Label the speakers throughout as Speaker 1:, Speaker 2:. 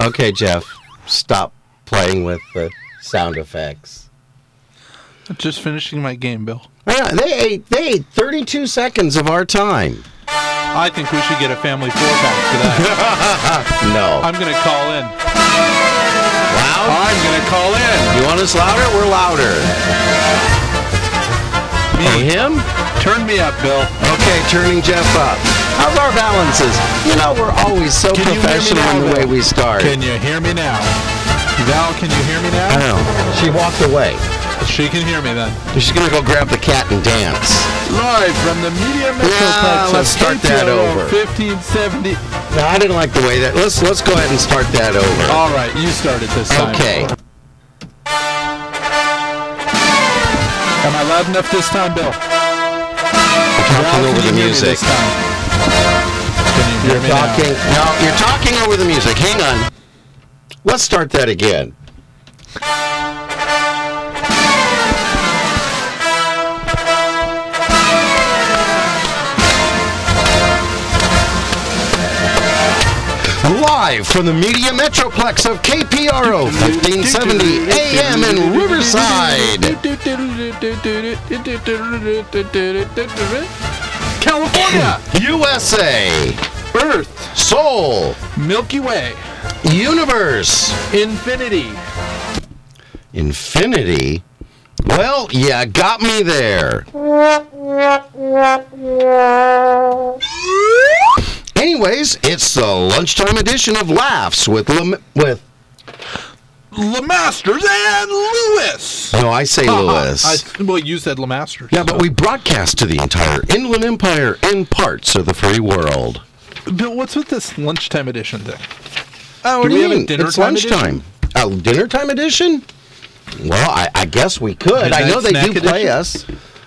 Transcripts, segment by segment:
Speaker 1: Okay, Jeff, stop playing with the sound effects.
Speaker 2: I'm just finishing my game, Bill.
Speaker 1: Yeah, they ate they ate 32 seconds of our time.
Speaker 2: I think we should get a family four pack for that.
Speaker 1: No.
Speaker 2: I'm going to call in.
Speaker 1: Loud?
Speaker 2: I'm going to call in.
Speaker 1: You want us louder? We're louder. Oh,
Speaker 2: Me.
Speaker 1: him?
Speaker 2: Turn me up, Bill.
Speaker 1: Okay, turning Jeff up. How's our balances? You know, we're always so
Speaker 2: Can you hear me
Speaker 1: professional
Speaker 2: now,
Speaker 1: in the
Speaker 2: Bill?
Speaker 1: way we start.
Speaker 2: Can you hear me now? Val, can you hear me
Speaker 1: I
Speaker 2: now?
Speaker 1: know. She walked away.
Speaker 2: She can hear me then.
Speaker 1: She's gonna go grab the cat and dance.
Speaker 2: Live from the
Speaker 1: Yeah,
Speaker 2: Media Metroplex.
Speaker 1: let's
Speaker 2: of
Speaker 1: start that
Speaker 2: KTLO
Speaker 1: over.
Speaker 2: 1570.
Speaker 1: No, I didn't like the way that. Let's let's go ahead and start that over.
Speaker 2: All right, you started this time.
Speaker 1: Okay.
Speaker 2: Am I loud enough this time, Bill?
Speaker 1: Talking
Speaker 2: Val,
Speaker 1: over
Speaker 2: can
Speaker 1: the
Speaker 2: you hear me
Speaker 1: music.
Speaker 2: this time? Can you hear me now?
Speaker 1: Talking. No, you're talking over the music. Hang on. Let's start that again. Live from the Media Metroplex of KPRO 1570 AM in Riverside.
Speaker 2: California,
Speaker 1: USA,
Speaker 2: Earth,
Speaker 1: Soul,
Speaker 2: Milky Way,
Speaker 1: Universe,
Speaker 2: Infinity.
Speaker 1: Infinity. Well, yeah, got me there. Anyways, it's the lunchtime edition of Laughs with Lam- with
Speaker 2: Lemasters and Lewis. Uh,
Speaker 1: no, I say Lewis.
Speaker 2: I, well, you said Lemasters.
Speaker 1: yeah, but we broadcast to the entire Inland Empire and parts of the free world.
Speaker 2: Bill, what's with this lunchtime edition thing? Oh,
Speaker 1: What do you
Speaker 2: have a
Speaker 1: mean?
Speaker 2: dinner
Speaker 1: Hmm, it's
Speaker 2: time edition?
Speaker 1: lunchtime. Uh, dinner time edition? Well, I, I guess we could. I
Speaker 2: Midnight
Speaker 1: know they do
Speaker 2: snack
Speaker 1: play
Speaker 2: edition?
Speaker 1: us.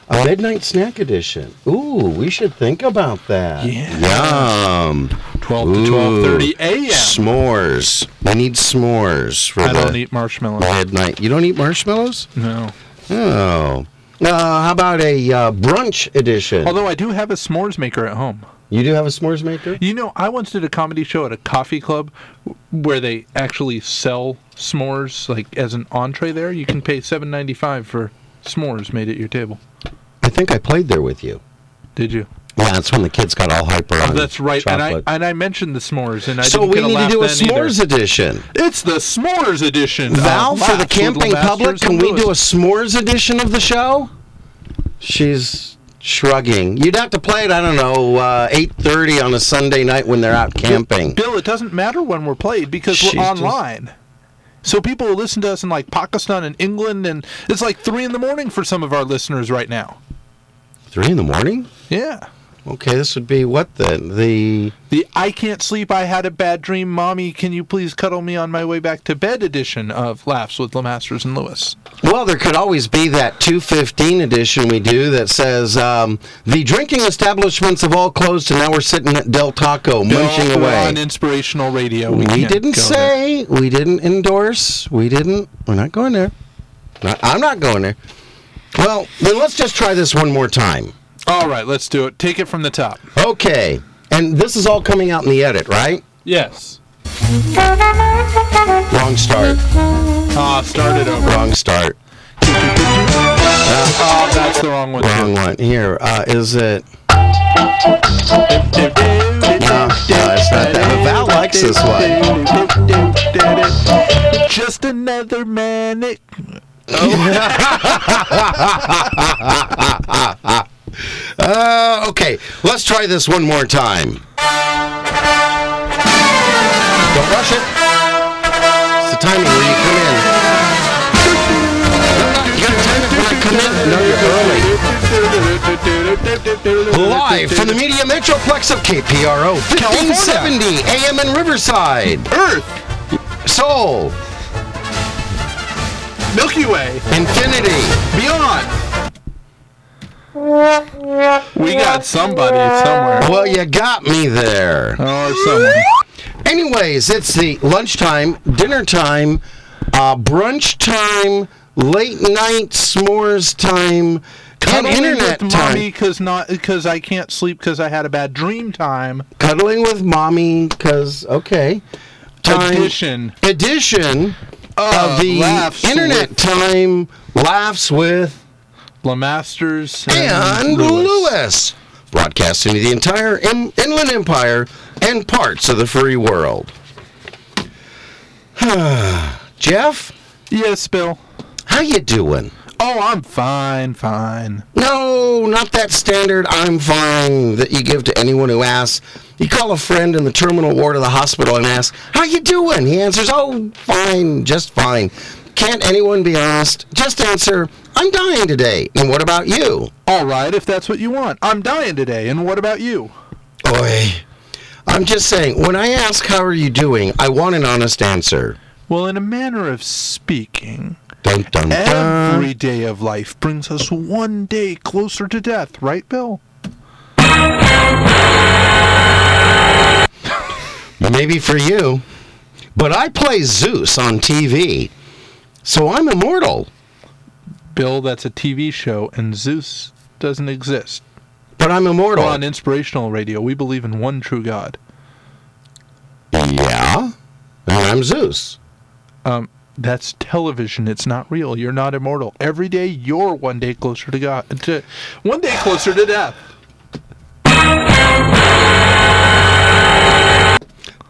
Speaker 1: A midnight snack edition. Ooh, we should think about that.
Speaker 2: Yeah.
Speaker 1: Yum.
Speaker 2: 12 to
Speaker 1: Ooh.
Speaker 2: 12:30 a.m.
Speaker 1: S'mores. We need s'mores for
Speaker 2: I
Speaker 1: the
Speaker 2: don't eat marshmallows.
Speaker 1: midnight. You don't eat marshmallows?
Speaker 2: No.
Speaker 1: Oh. Uh, how about a uh, brunch edition?
Speaker 2: Although I do have a s'mores maker at home.
Speaker 1: you do have a s'mores maker?
Speaker 2: You know, I once did a comedy show at a coffee club w- where they actually sell s'mores like as an entree there. You can pay 7.95 for s'mores made at your table.
Speaker 1: I think I played there with you.
Speaker 2: Did you?
Speaker 1: Yeah, that's when the kids got all hyper on
Speaker 2: That's right.
Speaker 1: chocolate.
Speaker 2: And I and I mentioned the s'mores and I
Speaker 1: so
Speaker 2: didn't
Speaker 1: we
Speaker 2: get a
Speaker 1: need to
Speaker 2: laugh
Speaker 1: do a
Speaker 2: then either. Uh,
Speaker 1: s'mores edition.
Speaker 2: It's the s'mores edition.
Speaker 1: Val,
Speaker 2: of
Speaker 1: for the
Speaker 2: Laughs with
Speaker 1: camping
Speaker 2: Lemasters
Speaker 1: public, can
Speaker 2: and
Speaker 1: we do a
Speaker 2: Lewis.
Speaker 1: s'mores edition of the show? She's shrugging. You'd have to play it, I don't know, uh, 8.30 on a Sunday night when they're out camping.
Speaker 2: Bill, it doesn't matter when we're played because
Speaker 1: She's
Speaker 2: we're
Speaker 1: just-
Speaker 2: online. So people will listen to us in like Pakistan and England and it's like 3 in the morning for some of our listeners right now.
Speaker 1: Three in the morning?
Speaker 2: Yeah.
Speaker 1: Okay, this would be what then? The
Speaker 2: The I can't sleep, I had a bad dream, mommy, can you please cuddle me on my way back to bed edition of Laughs with Lemasters and Lewis.
Speaker 1: well, there could always be that 215 edition we do that says um, the drinking establishments have all closed, and now we're sitting at Del Taco munching
Speaker 2: Bill, we're on
Speaker 1: away.
Speaker 2: inspirational radio.
Speaker 1: We
Speaker 2: can't
Speaker 1: didn't
Speaker 2: go
Speaker 1: say. We didn't endorse. We didn't. We're not going there. Not- I'm not going there. Well, then let's just try this one more time.
Speaker 2: there. All right, let's do it. Take it from the top.
Speaker 1: Okay. And this is all coming out in the edit, right?
Speaker 2: Yes.
Speaker 1: Wrong start.
Speaker 2: Ah, start it over.
Speaker 1: Wrong start.
Speaker 2: Oh, that's the wrong one.
Speaker 1: Wrong one. Here, uh, is it? No, no, it's not that. But Val likes this one.
Speaker 2: Just another manic.
Speaker 1: Uh, okay, let's try this one more time. Don't rush it. It's the timing where you come in. No, no, you gotta time it when I come in. No, you're early. Live from the Media Metroplex of KPRO, 1570 AM in Riverside.
Speaker 2: Earth,
Speaker 1: Soul,
Speaker 2: Milky Way,
Speaker 1: Infinity.
Speaker 2: beyond. We got somebody somewhere.
Speaker 1: Well, you got me there.
Speaker 2: Or someone.
Speaker 1: Anyways, it's the lunchtime, dinner time, uh, brunch time, late night s'mores time, and internet time.
Speaker 2: because not because I can't sleep because I had a bad dream time.
Speaker 1: Cuddling with mommy, because, okay. time
Speaker 2: Edition.
Speaker 1: edition of the
Speaker 3: Uh, laughs
Speaker 1: internet
Speaker 3: with-
Speaker 1: time laughs with
Speaker 2: Lamasters
Speaker 1: and Lewis. broadcasting to the entire in- Inland Empire and parts of the free world. Jeff,
Speaker 2: Yes, Bill.
Speaker 1: how you doing?
Speaker 2: Oh, I'm fine, fine.
Speaker 1: No, not that standard I'm fine that you give to anyone who asks. You call a friend in the terminal ward of the hospital and ask, "How you doing?" He answers, "Oh, fine, just fine." Can't anyone be honest? Just answer, "I'm dying today." And what about you?
Speaker 2: All right, if that's what you want. I'm dying today, and what about you?
Speaker 1: Oy. I'm just saying, when I ask how are you doing, I want an honest answer.
Speaker 2: Well, in a manner of speaking,
Speaker 1: Dun dun dun.
Speaker 2: every day of life brings us one day closer to death, right, Bill?
Speaker 1: Maybe for you. But I play Zeus on TV. So I'm immortal.
Speaker 2: Bill, that's a TV show, and Zeus doesn't exist.
Speaker 1: But I'm immortal.
Speaker 2: On Inspirational Radio, we believe in one true God.
Speaker 1: Yeah. And I'm Zeus.
Speaker 2: Um, that's television. It's not real. You're not immortal. Every day, you're one day closer to God. To, one day closer to death.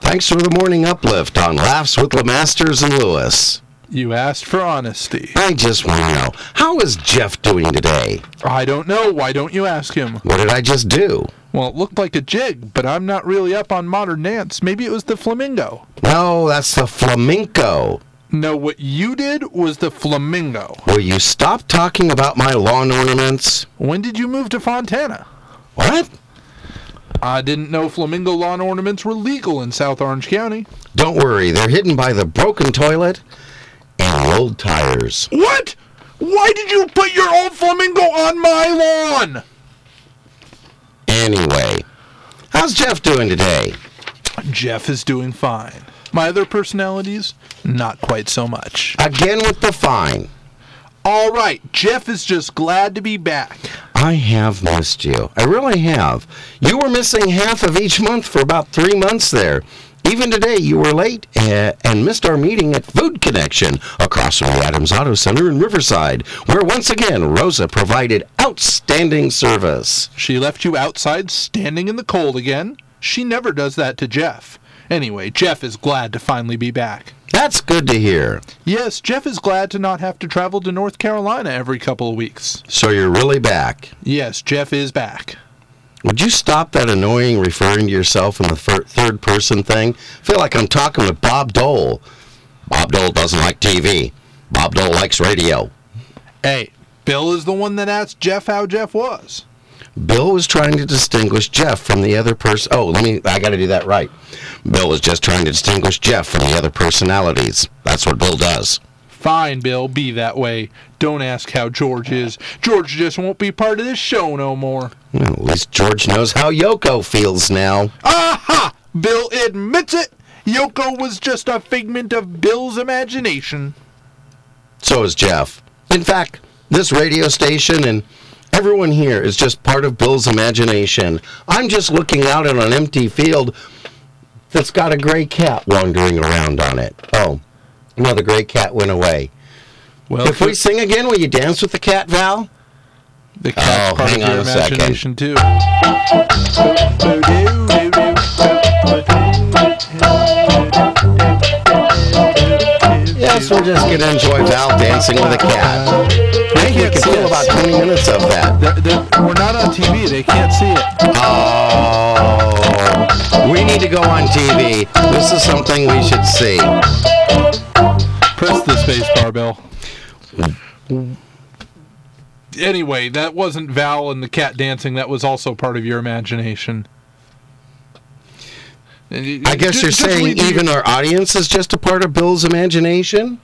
Speaker 1: Thanks for the morning uplift on Laughs with Lamasters and Lewis.
Speaker 2: You asked for honesty.
Speaker 1: I just want to know, how is Jeff doing today?
Speaker 2: I don't know. Why don't you ask him?
Speaker 1: What did I just do?
Speaker 2: Well, it looked like a jig, but I'm not really up on modern dance. Maybe it was the flamingo.
Speaker 1: No, that's the flamenco.
Speaker 2: No, what you did was the flamingo.
Speaker 1: Will you stop talking about my lawn ornaments?
Speaker 2: When did you move to Fontana?
Speaker 1: What?
Speaker 2: I didn't know flamingo lawn ornaments were legal in South Orange County.
Speaker 1: Don't worry, they're hidden by the broken toilet and old tires.
Speaker 2: What? Why did you put your old flamingo on my lawn?
Speaker 1: Anyway, how's Jeff doing today?
Speaker 2: Jeff is doing fine. My other personalities, not quite so much.
Speaker 1: Again with the fine.
Speaker 2: All right, Jeff is just glad to be back.
Speaker 1: I have missed you. I really have. You were missing half of each month for about three months there. Even today, you were late uh, and missed our meeting at Food Connection across from the Adams Auto Center in Riverside, where once again Rosa provided outstanding service.
Speaker 2: She left you outside standing in the cold again. She never does that to Jeff. Anyway, Jeff is glad to finally be back.
Speaker 1: That's good to hear.
Speaker 2: Yes, Jeff is glad to not have to travel to North Carolina every couple of weeks.
Speaker 1: So you're really back.
Speaker 2: Yes, Jeff is back.
Speaker 1: Would you stop that annoying referring to yourself in the fir- third person thing? I feel like I'm talking with Bob Dole. Bob Dole doesn't like TV. Bob Dole likes radio.
Speaker 2: Hey, Bill is the one that asked Jeff how Jeff was.
Speaker 1: Bill was trying to distinguish Jeff from the other person. Oh, let me. I got to do that right. Bill was just trying to distinguish Jeff from the other personalities. That's what Bill does.
Speaker 2: Fine, Bill, be that way. Don't ask how George is. George just won't be part of this show no more.
Speaker 1: Well, at least George knows how Yoko feels now.
Speaker 2: Aha! Bill admits it. Yoko was just a figment of Bill's imagination.
Speaker 1: So is Jeff. In fact, this radio station and everyone here is just part of Bill's imagination. I'm just looking out on an empty field that's got a gray cat wandering around on it. Oh, no, the gray cat went away.
Speaker 2: Well,
Speaker 1: If we sing again, will you dance with the cat, Val?
Speaker 2: the cat's
Speaker 1: Oh,
Speaker 2: part of
Speaker 1: hang on
Speaker 2: your
Speaker 1: a second.
Speaker 2: imagination too.
Speaker 1: Yes, we're just gonna enjoy Val dancing with a cat. I think we can feel about 20 minutes of that.
Speaker 2: They're- they're- we're not on TV. They can't see it.
Speaker 1: Oh, we need to go on TV. This is something we should see.
Speaker 2: Press the space bar, Bill. Anyway, that wasn't Val and the cat dancing. That was also part of your imagination.
Speaker 1: I guess you're saying even our audience is just a part of Bill's imagination?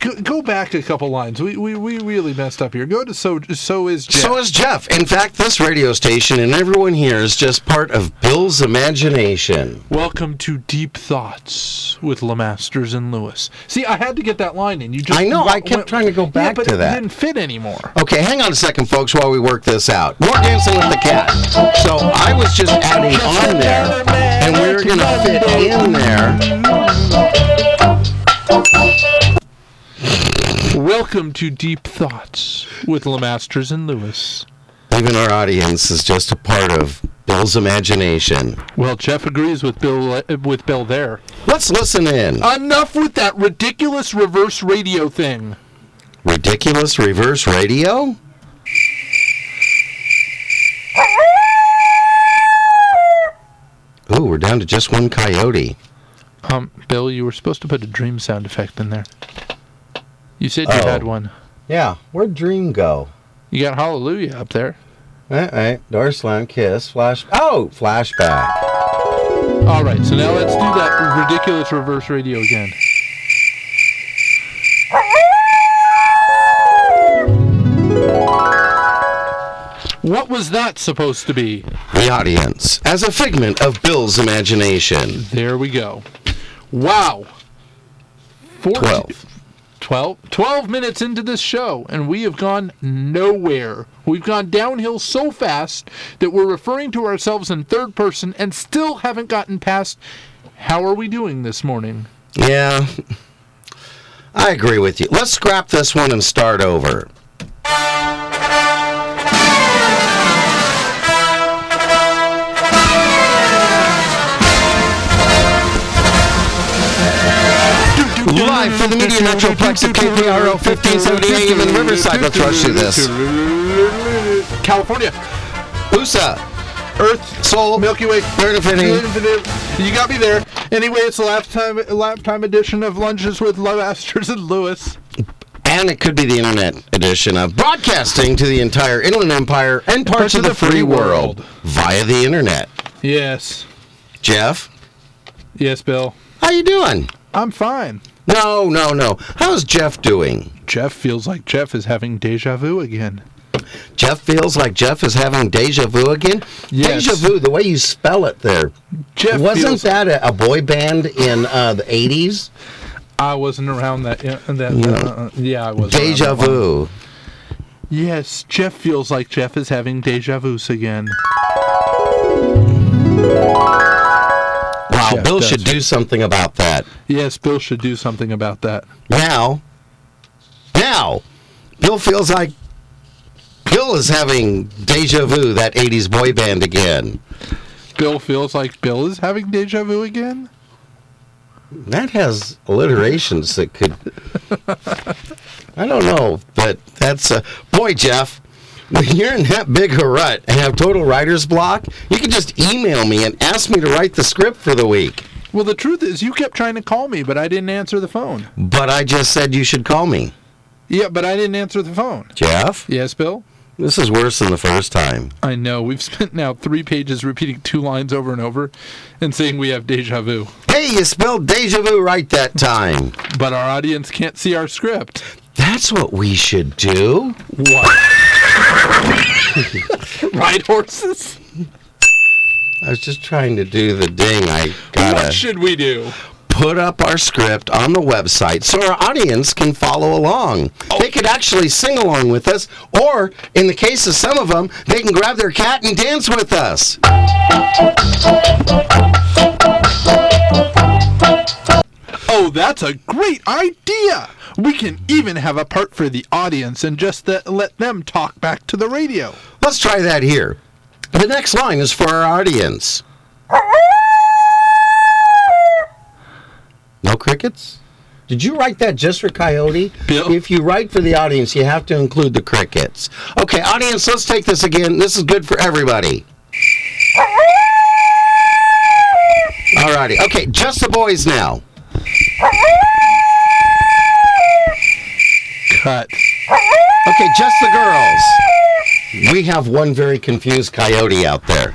Speaker 2: go, go back a couple lines. We, we we really messed up here. Go to so so is Jeff.
Speaker 1: So is Jeff. In fact, this radio station and everyone here is just part of Bill's imagination.
Speaker 2: Welcome to Deep Thoughts with Lamasters and Lewis. See, I had to get that line in. You just
Speaker 1: I know, I
Speaker 2: went-
Speaker 1: kept trying to go
Speaker 2: yeah,
Speaker 1: back
Speaker 2: but
Speaker 1: to
Speaker 2: it
Speaker 1: that.
Speaker 2: Didn't fit anymore.
Speaker 1: Okay, hang on a second, folks, while we work this out. We're dancing with the cat. So I was just adding on there, and we're going to it in there.
Speaker 2: Welcome to Deep Thoughts with Lemasters and Lewis.
Speaker 1: Even our audience is just a part of Bill's imagination.
Speaker 2: Well, Jeff agrees with Bill uh, with Bill there.
Speaker 1: Let's listen in.
Speaker 2: Enough with that ridiculous reverse radio thing.
Speaker 1: Ridiculous reverse radio? Ooh, we're down to just one coyote.
Speaker 2: Um, Bill, you were supposed to put a dream sound effect in there. You said you
Speaker 1: Oh.
Speaker 2: had one.
Speaker 1: Yeah, where'd Dream go?
Speaker 2: You got Hallelujah up there.
Speaker 1: All right, door slam, kiss, flash. Oh, flashback.
Speaker 2: All right, so now let's do that ridiculous reverse radio again. What was that supposed to be?
Speaker 1: The audience, as a figment of Bill's imagination.
Speaker 2: There we go. Wow. Four,
Speaker 1: Twelve.
Speaker 2: 12, 12 minutes into this show, and we have gone nowhere. We've gone downhill so fast that we're referring to ourselves in third person and still haven't gotten past how are we doing this morning?
Speaker 1: Yeah, I agree with you. Let's scrap this one and start over. Live from the Media Metroplex at KPRO 1570 AM in Riverside. Let's rush through this.
Speaker 2: California.
Speaker 1: USA,
Speaker 2: Earth.
Speaker 1: Soul,
Speaker 2: Milky Way.
Speaker 1: Third Infinity.
Speaker 2: You got me there. Anyway, it's the lifetime, lifetime edition of Lunches with Love Asters and Lewis.
Speaker 1: And it could be the internet edition of broadcasting to the entire Inland Empire and parts of the free world via the internet.
Speaker 2: Yes.
Speaker 1: Jeff,
Speaker 2: Yes, Bill.
Speaker 1: how you doing?
Speaker 2: I'm fine.
Speaker 1: No, no, no. How's Jeff doing?
Speaker 2: Jeff feels like Jeff is having deja vu again.
Speaker 1: Jeff feels like Jeff is having deja vu again.
Speaker 2: Yes.
Speaker 1: Deja vu, the way you spell it there.
Speaker 2: Jeff
Speaker 1: Wasn't
Speaker 2: feels-
Speaker 1: that a, a boy band in uh, the 80s?
Speaker 2: I wasn't around that. Yeah, that uh, yeah I was.
Speaker 1: Deja vu.
Speaker 2: Yes, Jeff feels like Jeff is having deja vu's again.
Speaker 1: Wow,
Speaker 2: Jeff
Speaker 1: Bill
Speaker 2: does.
Speaker 1: should do something about that.
Speaker 2: Yes, Bill should do something about that.
Speaker 1: Now, now, Bill feels like Bill is having deja vu, that 80s boy band again.
Speaker 2: Bill feels like Bill is having deja vu again.
Speaker 1: That has alliterations that could. I don't know, but that's a boy, Jeff. When you're in that big hurrut and have total writer's block, you can just email me and ask me to write the script for the week.
Speaker 2: Well, the truth is, you kept trying to call me, but I didn't answer the phone.
Speaker 1: But I just said you should call me,
Speaker 2: Yeah, but I didn't answer the phone.
Speaker 1: Jeff.
Speaker 2: Yes, Bill.
Speaker 1: This is worse than the first time.
Speaker 2: I know we've spent now three pages repeating two lines over and over, and saying we have deja vu,
Speaker 1: Hey, you spelled deja vu right that time.
Speaker 2: but our audience can't see our script.
Speaker 1: That's what we should do.
Speaker 2: What? Ride horses?
Speaker 1: I was just trying to do the ding. I
Speaker 2: What
Speaker 1: gotta
Speaker 2: should we do?
Speaker 1: put up our script on the website so our audience can follow along. They could actually sing along with us, or in the case of some of them, they can grab their cat and dance with us.
Speaker 2: Oh, that's a great idea! We can even have a part for the audience and just th- let them talk back to the radio.
Speaker 1: Let's try that here. The next line is for our audience. No crickets? Did you write that just for Coyote?
Speaker 2: Bill?
Speaker 1: If you write for the audience, you have to include the crickets. Okay, audience, let's take this again. This is good for everybody. Alrighty. Okay, just the boys now.
Speaker 2: Cut.
Speaker 1: Okay, just the girls. We have one very confused coyote out there.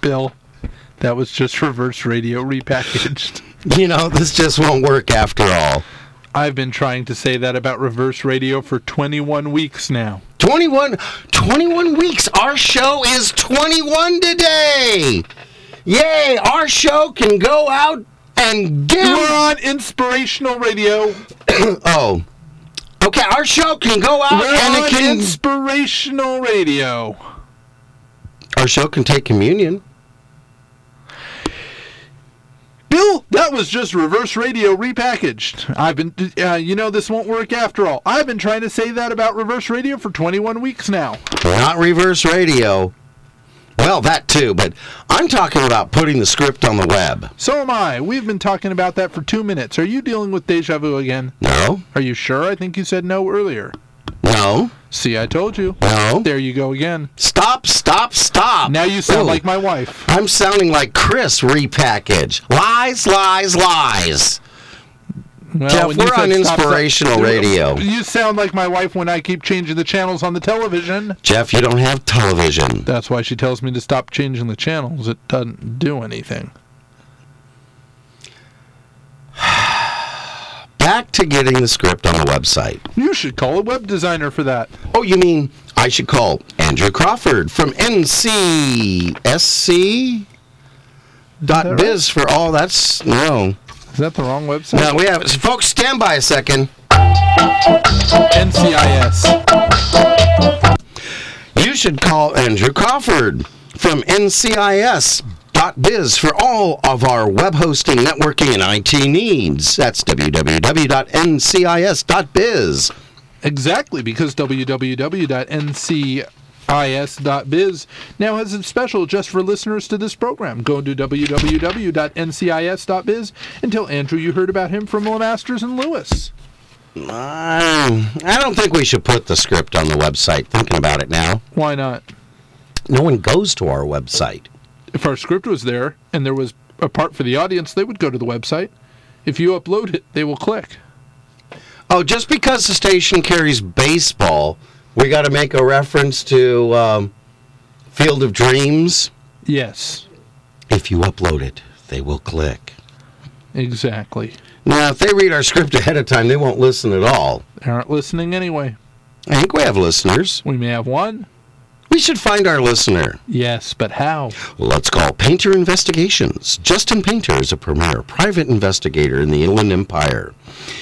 Speaker 2: Bill, that was just reverse radio repackaged.
Speaker 1: You know, this just won't work after all.
Speaker 2: I've been trying to say that about reverse radio for 21 weeks now.
Speaker 1: 21, 21 weeks. Our show is 21 today. Yay, our show can go out and give.
Speaker 2: We're on inspirational radio.
Speaker 1: Oh. Okay, our show can go out
Speaker 2: We're
Speaker 1: and
Speaker 2: on
Speaker 1: it can.
Speaker 2: inspirational radio.
Speaker 1: Our show can take communion.
Speaker 2: That was just reverse radio repackaged. I've been, uh, you know, this won't work after all. I've been trying to say that about reverse radio for 21 weeks now.
Speaker 1: Not reverse radio. Well, that too, but I'm talking about putting the script on the web.
Speaker 2: So am I. We've been talking about that for two minutes. Are you dealing with deja vu again?
Speaker 1: No,
Speaker 2: Are you sure? I think you said no earlier.
Speaker 1: no,
Speaker 2: See, I told you.
Speaker 1: no.
Speaker 2: There you go again.
Speaker 1: Stop, stop, stop.
Speaker 2: Now you sound
Speaker 1: Ooh,
Speaker 2: like my wife.
Speaker 1: I'm sounding like Chris repackage. Lies, lies, lies.
Speaker 2: Well,
Speaker 1: Jeff,
Speaker 2: when you
Speaker 1: we're
Speaker 2: said
Speaker 1: on
Speaker 2: stop, stop-
Speaker 1: inspirational radio.
Speaker 2: You sound like my wife when I keep changing the channels on the television.
Speaker 1: Jeff, you don't have television.
Speaker 2: That's why she tells me to stop changing the channels. It doesn't do anything.
Speaker 1: Back to getting the script on the website.
Speaker 2: You should call a web designer for that.
Speaker 1: Oh, you mean I should call Andrew Crawford from NCSC dot biz for all that's no.
Speaker 2: Is that the wrong website?
Speaker 1: No, we have folks stand by a second.
Speaker 2: NCIS.
Speaker 1: You should call Andrew Crawford from NCIS. Dot biz for all of our web hosting, networking, and IT needs. That's www.ncis.biz.
Speaker 2: Exactly, because www.ncis.biz now has a special just for listeners to this program. Go to www.ncis.biz and tell Andrew you heard about him from Lemasters and Lewis.
Speaker 1: Um, I don't think we should put the script on the website. Thinking about it now,
Speaker 2: Why not?
Speaker 1: no one goes to our website.
Speaker 2: If our script was there and there was a part for the audience, they would go to the website. If you upload it, they will click.
Speaker 1: Oh, just because the station carries baseball, we got to make a reference to um, Field of Dreams.
Speaker 2: Yes,
Speaker 1: If you upload it, they will click.
Speaker 2: exactly.
Speaker 1: Now, if they read our script ahead of time, they won't listen at all.
Speaker 2: They aren't listening anyway.
Speaker 1: I think we have listeners.
Speaker 2: We may have one.
Speaker 1: We should find our listener.
Speaker 2: Yes, but how?
Speaker 1: Let's call Painter Investigations. Justin Painter is a premier private investigator in the Inland Empire.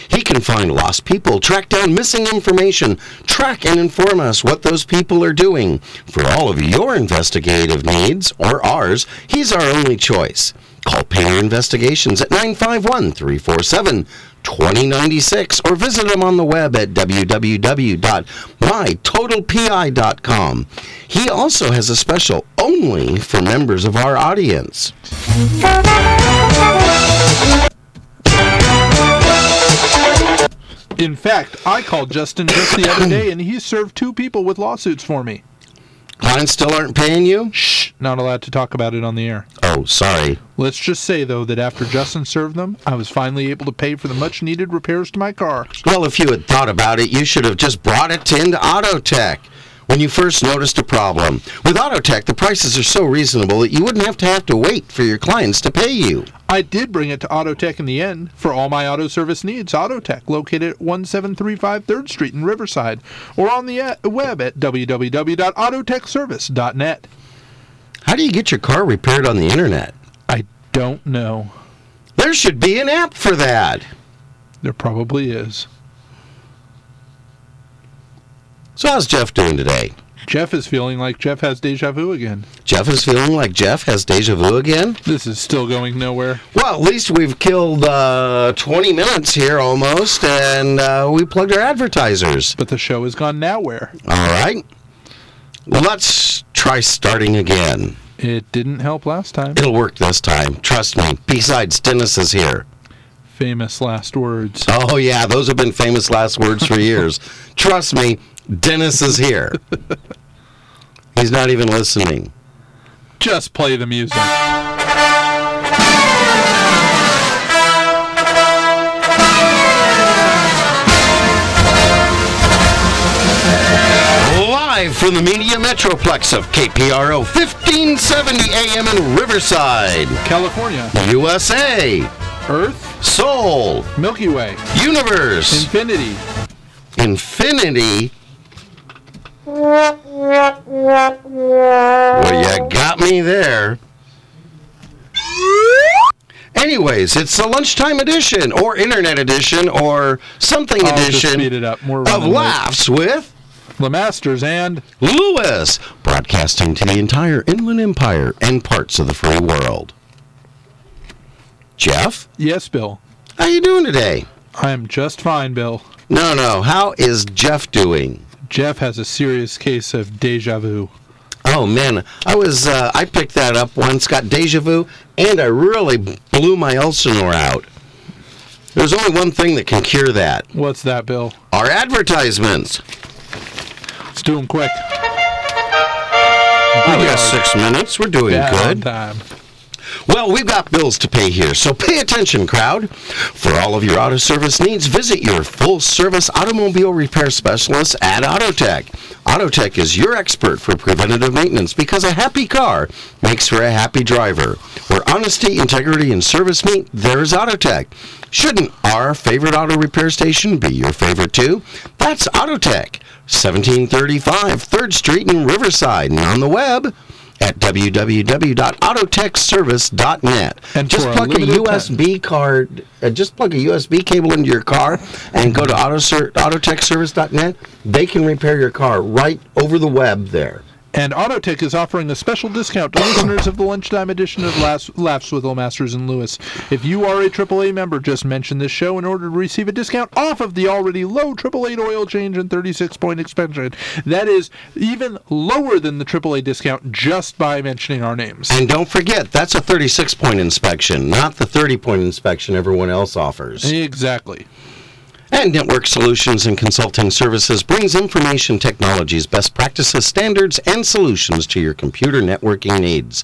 Speaker 1: He can find lost people, track down missing information, track and inform us what those people are doing. For all of your investigative needs, or ours, he's our only choice. Call Painter Investigations at 951 347 2096 or visit him on the web at www.mytotalpi.com. He also has a special only for members of our audience.
Speaker 2: In fact, I called Justin just the other day and he served two people with lawsuits for me.
Speaker 1: Clients still aren't paying you?
Speaker 2: Shh, not allowed to talk about it on the air.
Speaker 1: Oh, sorry.
Speaker 2: Let's just say, though, that after Justin served them, I was finally able to pay for the much needed repairs to my car.
Speaker 1: Well, if you had thought about it, you should have just brought it into Autotech when you first noticed a problem. With Autotech, the prices are so reasonable that you wouldn't have to have to wait for your clients to pay you.
Speaker 2: I did bring it to Autotech in the end for all my auto service needs. Autotech, located at 1735 3rd Street in Riverside, or on the uh, web at www.autotechservice.net.
Speaker 1: How do you get your car repaired on the internet?
Speaker 2: I don't know.
Speaker 1: There should be an app for that.
Speaker 2: There probably is.
Speaker 1: So, how's Jeff doing today?
Speaker 2: Jeff is feeling like Jeff has deja vu again.
Speaker 1: Jeff is feeling like Jeff has deja vu again?
Speaker 2: This is still going nowhere.
Speaker 1: Well, at least we've killed uh, 20 minutes here almost, and uh, we plugged our advertisers.
Speaker 2: But the show has gone nowhere.
Speaker 1: All right. Let's try starting again.
Speaker 2: It didn't help last time.
Speaker 1: It'll work this time. Trust me. Besides, Dennis is here.
Speaker 2: Famous last words.
Speaker 1: Oh, yeah, those have been famous last words for years. Trust me, Dennis is here. He's not even listening.
Speaker 2: Just play the music.
Speaker 1: Live from the Media Metroplex of KPRO 1570 AM in Riverside,
Speaker 2: California,
Speaker 1: USA,
Speaker 2: Earth,
Speaker 1: Soul,
Speaker 2: Milky Way,
Speaker 1: Universe,
Speaker 2: Infinity,
Speaker 1: Infinity. Well, you got me there. Anyways, it's the lunchtime edition, or internet edition, or something
Speaker 2: I'll just
Speaker 1: edition
Speaker 2: speed it up. We're
Speaker 1: of
Speaker 2: running late.
Speaker 1: Laughs with
Speaker 2: Lemasters and
Speaker 1: Lewis, broadcasting to the entire Inland Empire and parts of the free world. Jeff,
Speaker 2: Yes, Bill.
Speaker 1: how you doing today?
Speaker 2: I am just fine, Bill.
Speaker 1: No, no. How is Jeff doing?
Speaker 2: Jeff has a serious case of deja vu.
Speaker 1: Oh man, I was uh, I picked that up once, got deja vu, and I really blew my Elsinore out. There's only one thing that can cure that:
Speaker 2: What's that, Bill?
Speaker 1: our advertisements.
Speaker 2: Let's do 'em quick.
Speaker 1: We got six minutes. We're doing
Speaker 2: Yeah, on
Speaker 1: good.
Speaker 2: time.
Speaker 1: Well, we've got bills to pay here, so pay attention, crowd. For all of your auto service needs, visit your full service automobile repair specialist at Autotech. Autotech is your expert for preventative maintenance because a happy car makes for a happy driver. Where honesty, integrity, and service meet, there's Autotech. Shouldn't our favorite auto repair station be your favorite too? That's Autotech, 1735 3rd Street in Riverside, and on the web at www.autotechservice.net.
Speaker 2: And
Speaker 1: just
Speaker 2: for a
Speaker 1: plug a,
Speaker 2: limited
Speaker 1: USB card, uh, just plug a USB cable into your car and go to autoser- autotechservice.net. They can repair your car right over the web there.
Speaker 2: And Autotech is offering a special discount to listeners of the lunchtime edition of Laughs, Laughs with Masters and Lewis. If you are a AAA member, just mention this show in order to receive a discount off of the already low AAA oil change and 36 point expansion. That is even lower than the AAA discount just by mentioning our names.
Speaker 1: And don't forget, that's a 36 point inspection, not the 30 point inspection everyone else offers.
Speaker 2: Exactly.
Speaker 1: And Network Solutions and Consulting Services brings information technologies, best practices, standards, and solutions to your computer networking needs.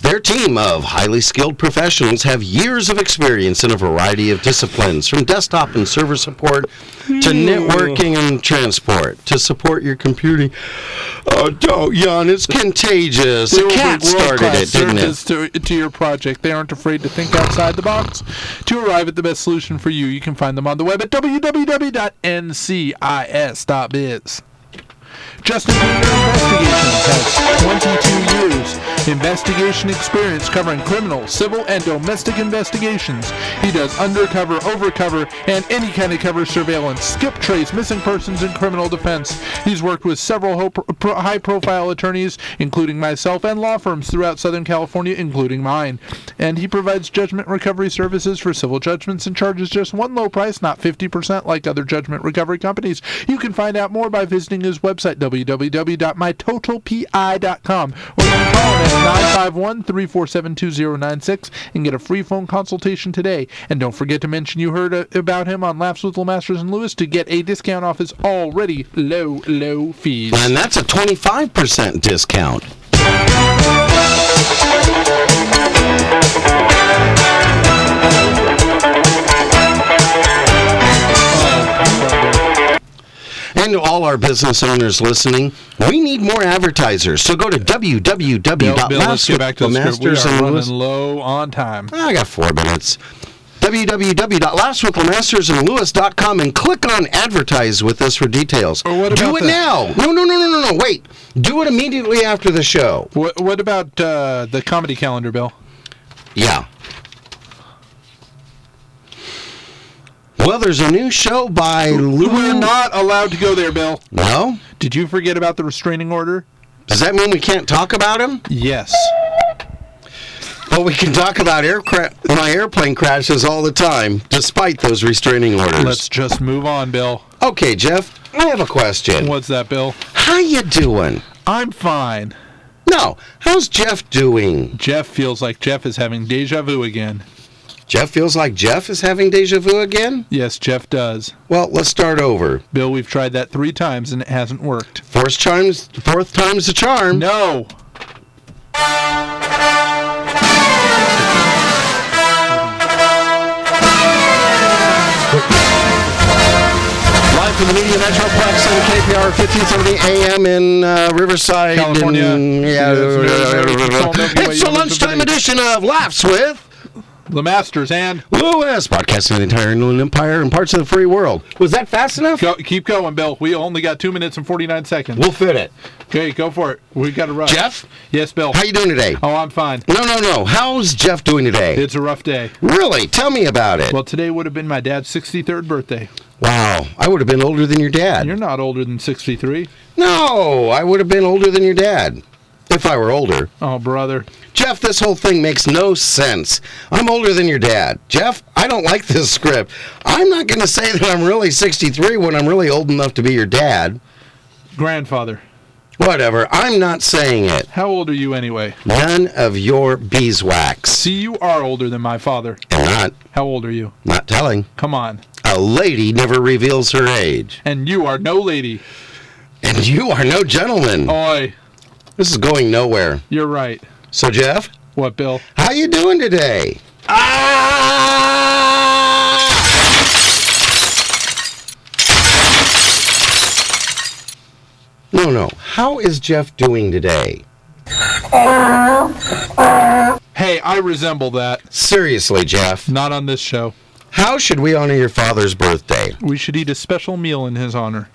Speaker 1: Their team of highly skilled professionals have years of experience in a variety of disciplines, from desktop and server support to networking and transport. To support your computing, oh, don't yawn, it's contagious. The
Speaker 2: They will
Speaker 1: cat
Speaker 2: bring
Speaker 1: started it,
Speaker 2: world-class
Speaker 1: didn't it?
Speaker 2: services To, to your project. They aren't afraid to think outside the box to arrive at the best solution for you. You can find them on the web at www.ncis.biz. Justin Bieber Investigations has 22 years investigation experience covering criminal, civil, and domestic investigations. He does undercover, overcover, and any kind of cover surveillance, skip trace, missing persons, and criminal defense. He's worked with several ho- pro- high-profile attorneys, including myself, and law firms throughout Southern California, including mine. And he provides judgment recovery services for civil judgments and charges just one low price, not 50% like other judgment recovery companies. You can find out more by visiting his website, www.mytotalpi.com, or you can call him at 951 347 2096 and get a free phone consultation today. And don't forget to mention you heard uh, about him on Laughs with Lemasters and Lewis to get a discount off his already low, low fees.
Speaker 1: And that's a 25% discount. And to all our business owners listening, we need more advertisers. So go to
Speaker 2: Bill, Bill, let's get back to the script. We are running
Speaker 1: www.mastersandlewis.
Speaker 2: low on time.
Speaker 1: I got four minutes. www.lastwicklemastersandlewis.com and click on advertise with us for details.
Speaker 2: Or what
Speaker 1: Do
Speaker 2: about
Speaker 1: it
Speaker 2: the-
Speaker 1: now. No, no, no, no, no, no. Wait. Do it immediately after the show.
Speaker 2: What, what about uh, the comedy calendar, Bill?
Speaker 1: Yeah. Well, there's a new show by
Speaker 2: We're
Speaker 1: Lou.
Speaker 2: not allowed to go there, Bill.
Speaker 1: No?
Speaker 2: Did you forget about the restraining order?
Speaker 1: Does that mean we can't talk about him?
Speaker 2: Yes.
Speaker 1: Well, we can talk about aircra- my airplane crashes all the time, despite those restraining orders.
Speaker 2: Let's just move on, Bill.
Speaker 1: okay, Jeff, I have a question.
Speaker 2: What's that, Bill?
Speaker 1: How you doing?
Speaker 2: I'm fine.
Speaker 1: No, how's Jeff doing?
Speaker 2: Jeff feels like Jeff is having deja vu again.
Speaker 1: Jeff feels like Jeff is having deja vu again?
Speaker 2: Yes, Jeff does.
Speaker 1: Well, let's start over.
Speaker 2: Bill, we've tried that three times and it hasn't worked.
Speaker 1: Fourth time's, fourth time's the charm.
Speaker 2: No!
Speaker 1: Live from the Media Metroplex and KPR 1530 AM in uh, Riverside.
Speaker 2: California.
Speaker 1: in- yeah. It's the lunchtime edition of Laughs with
Speaker 2: The Masters and.
Speaker 1: Lewis, broadcasting the entire Inland Empire and parts of the free world. Was that fast enough?
Speaker 2: Go, keep going, Bill. We only got two minutes and 49 seconds.
Speaker 1: We'll fit it.
Speaker 2: Okay, go for it. We got to rush.
Speaker 1: Jeff,
Speaker 2: Yes, Bill.
Speaker 1: how you doing today?
Speaker 2: Oh, I'm fine.
Speaker 1: No, no, no. How's Jeff doing today?
Speaker 2: It's a rough day.
Speaker 1: Really? Tell me about it.
Speaker 2: Well, today would have been my dad's 63rd birthday.
Speaker 1: Wow, I would have been older than your dad.
Speaker 2: You're not older than 63.
Speaker 1: No, I would have been older than your dad. If I were older.
Speaker 2: Oh, brother.
Speaker 1: Jeff, this whole thing makes no sense. I'm older than your dad. Jeff, I don't like this script. I'm not going to say that I'm really 63 when I'm really old enough to be your dad.
Speaker 2: Grandfather.
Speaker 1: Whatever. I'm not saying it.
Speaker 2: How old are you anyway?
Speaker 1: None of your beeswax.
Speaker 2: See, you are older than my father.
Speaker 1: And not,
Speaker 2: How old are you?
Speaker 1: not telling.
Speaker 2: Come on.
Speaker 1: A lady never reveals her age.
Speaker 2: And you are no lady.
Speaker 1: And you are no gentleman.
Speaker 2: Oi,
Speaker 1: This is going nowhere.
Speaker 2: you're right.
Speaker 1: So, Jeff,
Speaker 2: What, Bill?
Speaker 1: how you doing today? Ah! No, no. How is Jeff doing today?
Speaker 2: Hey, I resemble that.
Speaker 1: Seriously, Jeff,
Speaker 2: Not on this show.
Speaker 1: how should we honor your father's birthday?
Speaker 2: We should eat a special meal in his honor.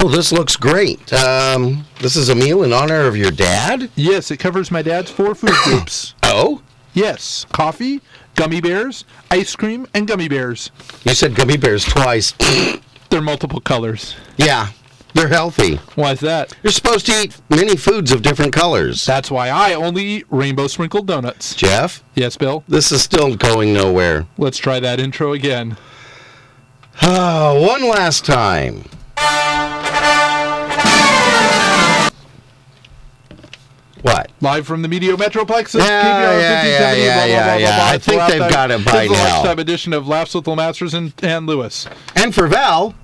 Speaker 1: Oh, this looks great. Um, this is a meal in honor of your dad?
Speaker 2: Yes, it covers my dad's four food groups.
Speaker 1: Oh?
Speaker 2: Yes, coffee, gummy bears, ice cream, and gummy bears.
Speaker 1: You said gummy bears twice.
Speaker 2: They're multiple colors.
Speaker 1: yeah, they're healthy.
Speaker 2: Why's that?
Speaker 1: You're supposed to eat many foods of different colors.
Speaker 2: That's why I only eat rainbow sprinkled donuts.
Speaker 1: Jeff,
Speaker 2: Yes, Bill?
Speaker 1: this is still going nowhere.
Speaker 2: Let's try that intro again.
Speaker 1: Ah, one last time. What?
Speaker 2: Live from the Medio Metroplex.
Speaker 1: Yeah, yeah, yeah, yeah, yeah, yeah. I think they've got it by
Speaker 2: this is a
Speaker 1: now.
Speaker 2: lifetime edition of Laughs with Lamasters and, and Lewis.
Speaker 1: And for Val,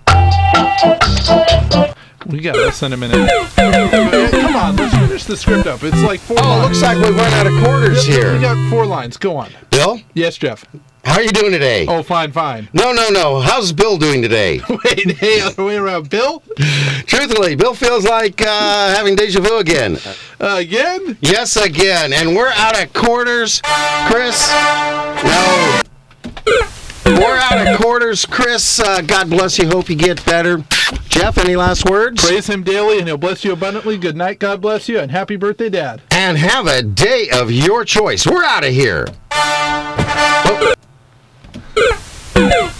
Speaker 2: We got this in a minute. Come on, let's finish the script up. It's like four
Speaker 1: oh, it
Speaker 2: lines.
Speaker 1: looks like we've run out of quarters
Speaker 2: We
Speaker 1: here.
Speaker 2: got four lines. Go on.
Speaker 1: Bill,
Speaker 2: Yes, Jeff.
Speaker 1: how are you doing today?
Speaker 2: Oh, fine, fine.
Speaker 1: No, no, no. How's Bill doing today?
Speaker 2: Wait, hey, other way around. Bill?
Speaker 1: Truthfully, Bill feels like uh, having deja vu again.
Speaker 2: again?
Speaker 1: Yes, again. And we're out of quarters, Chris. No. We're out of quarters, Chris. Uh, God bless you. Hope you get better. Jeff, any last words?
Speaker 2: Praise him daily, and he'll bless you abundantly. Good night. God bless you, and happy birthday, Dad.
Speaker 1: And have a day of your choice. We're out of here. Oh.